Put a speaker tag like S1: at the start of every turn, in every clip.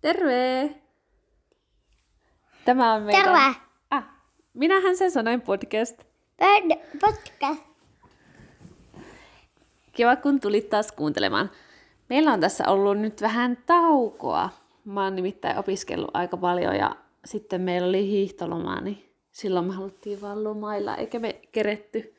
S1: Terve! Tämä on meidän...
S2: Terve!
S1: Ah, minähän sen sanoin podcast.
S2: Bird podcast.
S1: Kiva, kun tulit taas kuuntelemaan. Meillä on tässä ollut nyt vähän taukoa. Mä oon nimittäin opiskellut aika paljon ja sitten meillä oli hiihtolomaa, niin silloin me haluttiin vaan lomailla, eikä me keretty.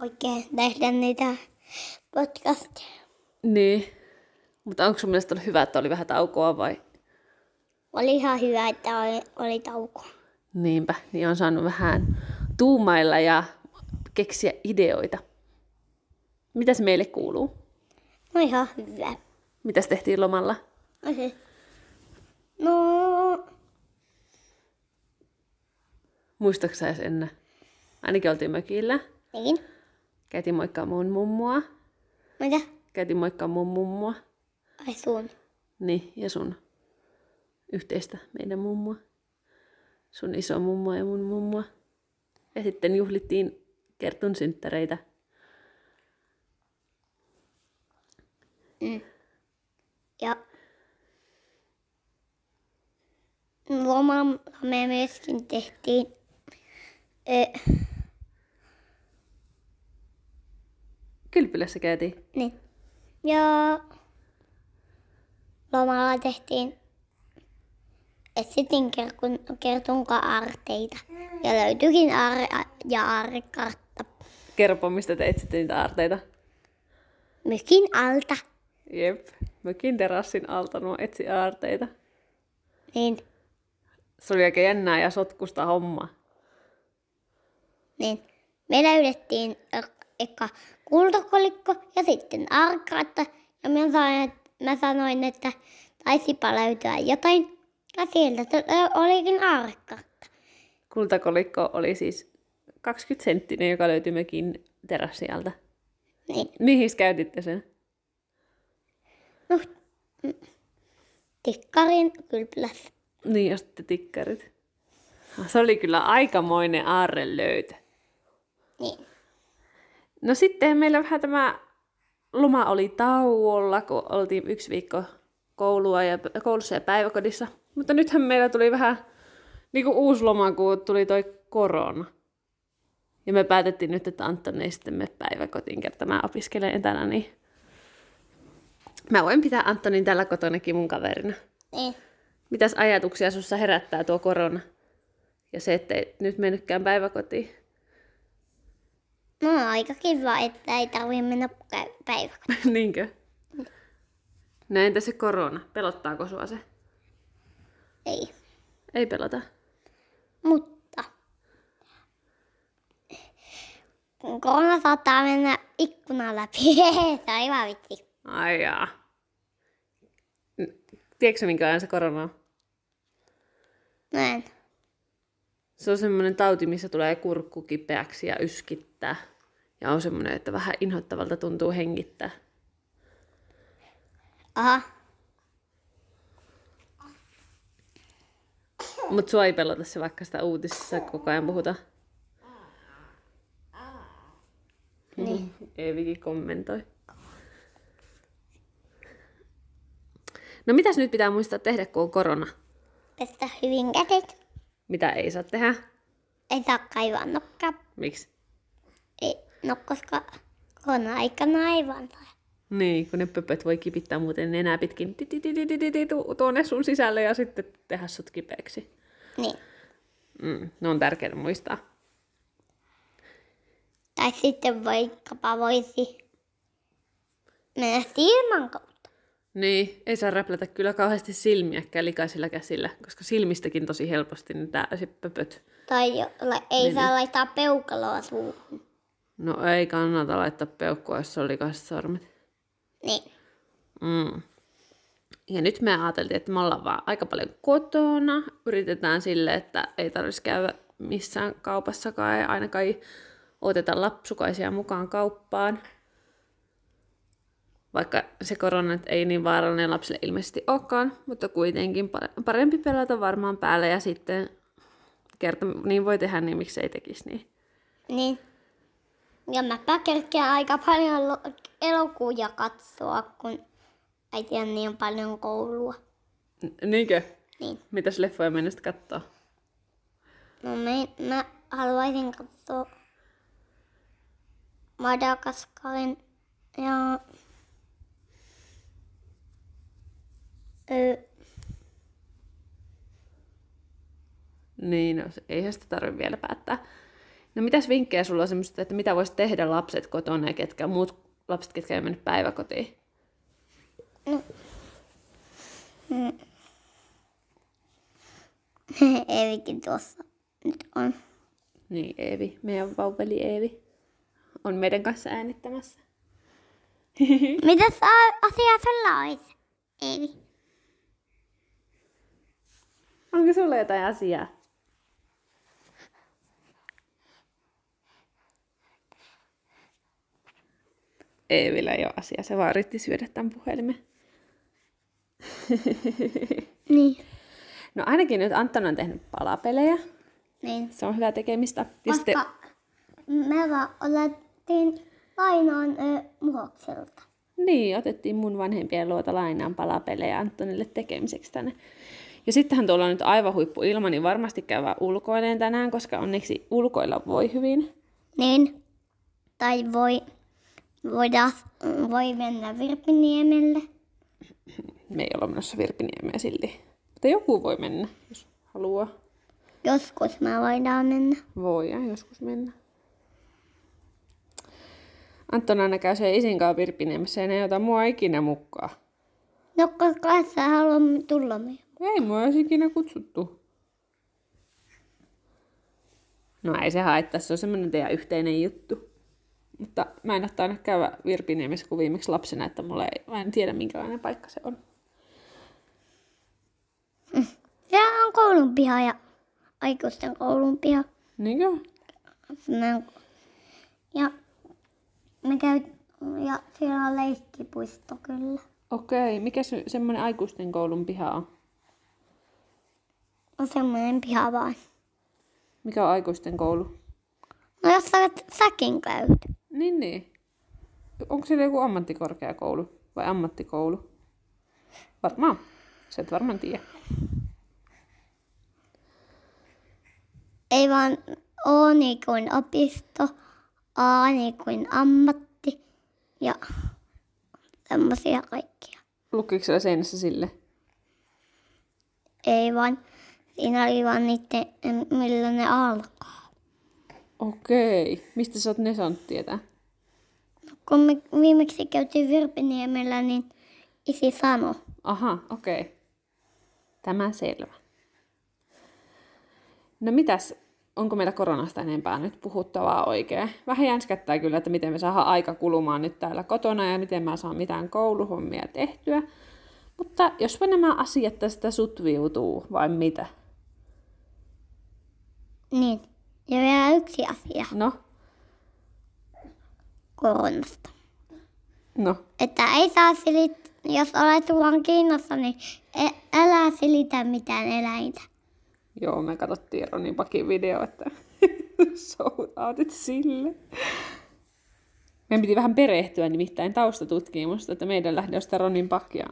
S2: Oikein tehdä niitä podcasteja.
S1: Niin. Mutta onko sun mielestä ollut hyvä, että oli vähän taukoa vai?
S2: Oli ihan hyvä, että oli, oli tauko.
S1: Niinpä, niin on saanut vähän tuumailla ja keksiä ideoita. Mitäs meille kuuluu?
S2: No ihan hyvä.
S1: Mitäs tehtiin lomalla?
S2: Okei. No,
S1: Muistatko sä edes enää? Ainakin oltiin mökillä.
S2: niin.
S1: Käytiin moikkaa mun mummoa.
S2: Mitä?
S1: Käytiin moikkaa mun mummoa.
S2: Ai sun.
S1: Niin, ja sun yhteistä meidän mummoa. Sun iso mummoa ja mun mummoa. Ja sitten juhlittiin kertun synttäreitä.
S2: Mm. Ja lomalla No, me myöskin tehtiin ö,
S1: Kylpylässä käytiin.
S2: niin. Ja lomalla tehtiin etsittiin kerkun, kertunka aarteita. Ja löytyikin aar- ja aarrekartta
S1: Kerro, mistä te etsitte niitä aarteita.
S2: mykin alta.
S1: Jep, mökin terassin alta nuo etsi aarteita.
S2: Niin,
S1: Se oli aika jännää ja sotkusta hommaa.
S2: niin. Me löydettiin ek- eka kultakolikko ja sitten aarrekartta. Ja mä sanoin, että, mä sanoin, että taisipa löytyä jotain. Ja sieltä tö- olikin aarrekartta.
S1: Kultakolikko oli siis 20 senttinen, joka löytyi mökin terassialta.
S2: Niin.
S1: Mihin käytitte sen?
S2: No, mm. tikkarin kylpylässä.
S1: Niin, ja sitten tikkarit. Se oli kyllä aikamoinen aarren löytö.
S2: Niin.
S1: No sitten meillä vähän tämä loma oli tauolla, kun oltiin yksi viikko koulua ja, koulussa ja päiväkodissa. Mutta nythän meillä tuli vähän niin kuin uusi loma, kun tuli toi korona. Ja me päätettiin nyt, että Anton ei sitten mene päiväkotiin, kerta mä opiskelen etänä, niin mä voin pitää Antonin täällä kotonakin mun kaverina.
S2: Niin.
S1: Mitäs ajatuksia sussa herättää tuo korona? Ja se, ettei nyt mennytkään päiväkotiin.
S2: No on aika kiva, että ei tarvitse mennä pä- päiväkotiin.
S1: Niinkö? No entä se korona? Pelottaako sua se?
S2: Ei.
S1: Ei pelota.
S2: Mutta kun korona saattaa mennä ikkunan läpi. Se on hyvä vitsi.
S1: Ai jaa. N- Tiedätkö sä, minkälainen se korona on?
S2: Näin.
S1: Se on semmoinen tauti, missä tulee kurkku kipeäksi ja yskittää. Ja on semmoinen, että vähän inhottavalta tuntuu hengittää.
S2: Aha.
S1: Mutta sua ei pelota se, vaikka sitä uutisissa koko ajan puhuta. Niin. Eevikin kommentoi. No mitäs nyt pitää muistaa tehdä, kun on korona?
S2: Pestä hyvin kädet.
S1: Mitä ei saa tehdä?
S2: Ei saa kaivaa nokkaa.
S1: Miksi?
S2: Ei. No koska korona-aikana ei vaan saa.
S1: Niin, kun ne pöpöt voi kipittää muuten nenää pitkin ti- ti- ti- ti- ti- ti- ti- tu- tuonne sun sisälle ja sitten tehdä sut kipeäksi.
S2: Niin.
S1: Mm, ne on tärkeää muistaa.
S2: Tai sitten vaikkapa voisi mennä silmän kautta.
S1: Niin, ei saa räplätä kyllä kauheasti silmiäkään likaisilla käsillä, koska silmistäkin tosi helposti ne tää sit pöpöt.
S2: Tai jo- la- ei saa laittaa peukaloa suuhun.
S1: No ei kannata laittaa peukkua, jos on likaiset sormet.
S2: Niin.
S1: Mm. Ja nyt me ajateltiin, että me ollaan vaan aika paljon kotona. Yritetään sille, että ei tarvitsisi käydä missään kaupassakaan ja ainakaan ei oteta lapsukaisia mukaan kauppaan. Vaikka se korona nyt ei niin vaarallinen lapsille ilmeisesti olekaan, mutta kuitenkin pare- parempi pelata varmaan päällä ja sitten kerta niin voi tehdä, niin miksei tekisi niin.
S2: Niin. Ja mäpä kerkeän aika paljon lo- elokuvia katsoa, kun äiti on niin paljon koulua.
S1: N- niinkö?
S2: Niin.
S1: Mitäs leffoja mennä sitten kattoo?
S2: No me, mä haluaisin katsoa Madagaskarin ja ö,
S1: Niin, no, se- eihän sitä tarvitse vielä päättää. No mitäs vinkkejä sulla on semmoista, että mitä voisi tehdä lapset kotona ja ketkä muut lapset, ketkä ei mennyt päiväkotiin?
S2: Evikin tuossa nyt on.
S1: Niin, Eevi, meidän vauveli Eevi on meidän kanssa äänittämässä.
S2: Mitä asiaa sulla olisi? Evi.
S1: Onko sulla jotain asiaa? Eevillä ei ole asia, se vaan yritti syödä tämän puhelimen.
S2: Niin.
S1: No ainakin nyt Anton on tehnyt palapelejä.
S2: Niin.
S1: Se on hyvää tekemistä. Ja sitten,
S2: Koska me vaan otettiin lainaan ö, muhokselta.
S1: niin, otettiin mun vanhempien luota lainaan palapelejä Antonille tekemiseksi tänne. Ja sittenhän tuolla on nyt aivan huippu ilma, niin varmasti käydään ulkoileen tänään, koska onneksi ulkoilla voi hyvin.
S2: Niin. Tai voi, voidaan, voi mennä Virpiniemelle.
S1: Me ei olla menossa Virpiniemeen silti. Mutta joku voi mennä, jos haluaa.
S2: Joskus me voidaan mennä.
S1: Voi ja joskus mennä. Anton aina käy sen isinkaan Virpiniemessä ja ne ei ota mua ikinä mukaan.
S2: No koska et sä halua tulla meidän.
S1: Ei mua olisi ikinä kutsuttu. No ei se haittaa, se on semmoinen teidän yhteinen juttu. Mutta mä en ole tainnut käydä Virpiniemessä kuin viimeksi lapsena, että mulla ei, mä en tiedä minkälainen paikka se on.
S2: Siellä on koulun piha ja aikuisten koulun piha.
S1: Niinkö?
S2: Mä- Ja me käy, ja siellä on leikkipuisto kyllä.
S1: Okei, mikä se, semmoinen aikuisten koulun piha on?
S2: On semmoinen piha vaan.
S1: Mikä on aikuisten koulu?
S2: No jos sä olet säkin käynyt.
S1: Niin, niin. Onko siellä joku ammattikorkeakoulu vai ammattikoulu? Varmaan. Sä et varmaan tiedä.
S2: Ei vaan O niin kuin opisto, A niin kuin ammatti ja semmoisia kaikkia.
S1: Lukiko siellä seinässä sille?
S2: Ei vaan, siinä oli vaan niiden, millä ne alkaa.
S1: Okei. Mistä sä oot ne saanut tietää?
S2: Kun me viimeksi käytiin Virpiniemellä, niin isi sanoi.
S1: Aha, okei. Tämä selvä. No mitäs, onko meillä koronasta enempää nyt puhuttavaa oikein? Vähän jänskättää kyllä, että miten me saadaan aika kulumaan nyt täällä kotona ja miten mä saan mitään kouluhommia tehtyä. Mutta jospa nämä asiat tästä sutviutuu, vai mitä?
S2: Niin. Ja vielä yksi asia
S1: No,
S2: koronasta.
S1: no,
S2: Että ei saa silit, jos olet vaan Kiinassa, niin e- älä silitä mitään eläintä.
S1: Joo, me katsottiin Ronin Pakin video, että shoutoutit sille. Meidän piti vähän perehtyä nimittäin taustatutkimusta, että meidän lähdöstä Ronin Pakia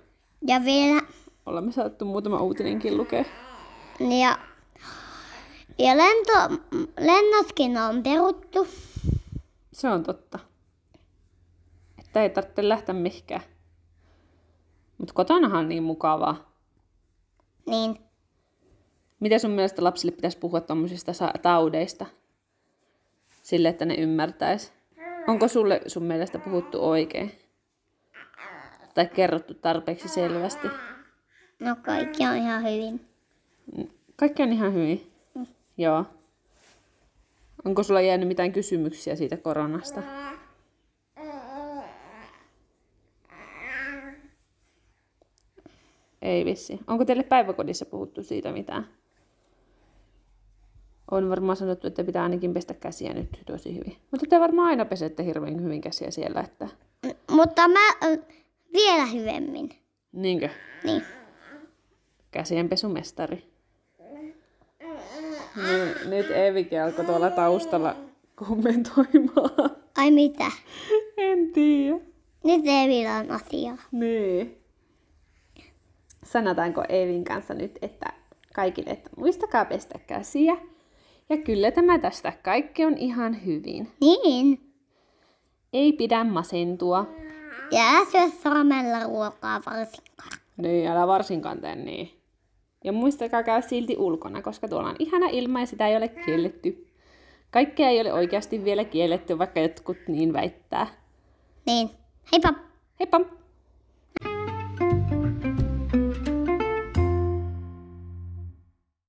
S2: Ja vielä,
S1: olemme saattu muutama uutinenkin lukea.
S2: ja, ja lento, lennotkin on peruttu.
S1: Se on totta. Että ei tarvitse lähteä mihinkään. Mutta kotonahan on niin mukavaa.
S2: Niin,
S1: Miten sun mielestä lapsille pitäisi puhua tuommoisista sa- taudeista? Sille, että ne ymmärtäis. Onko sulle sun mielestä puhuttu oikein? Tai kerrottu tarpeeksi selvästi?
S2: no kaikki on ihan hyvin.
S1: Kaikki on ihan hyvin. Joo. Onko sulla jäänyt mitään kysymyksiä siitä koronasta? Ei vissi. Onko teille päiväkodissa puhuttu siitä mitään? On varmaan sanottu, että pitää ainakin pestä käsiä nyt tosi hyvin. Mutta te varmaan aina pesette hirveän hyvin käsiä siellä, että...
S2: M- Mutta mä ö, vielä hyvemmin.
S1: Niinkö?
S2: Niin.
S1: käsienpesumestari. Niin, nyt Evikin alkoi tuolla taustalla kommentoimaan.
S2: Ai mitä?
S1: En tiedä.
S2: Nyt ei vielä on asiaa.
S1: Niin. sanotaanko Eevin kanssa nyt, että kaikille, että muistakaa pestä käsiä. Ja kyllä tämä tästä kaikki on ihan hyvin.
S2: Niin.
S1: Ei pidä masentua.
S2: Ja älä syö sormella ruokaa varsinkaan.
S1: Niin, älä varsinkaan tee niin. Ja muistakaa käydä silti ulkona, koska tuolla on ihana ilma ja sitä ei ole kielletty. Kaikkea ei ole oikeasti vielä kielletty, vaikka jotkut niin väittää.
S2: Niin. Heippa!
S1: Heippa!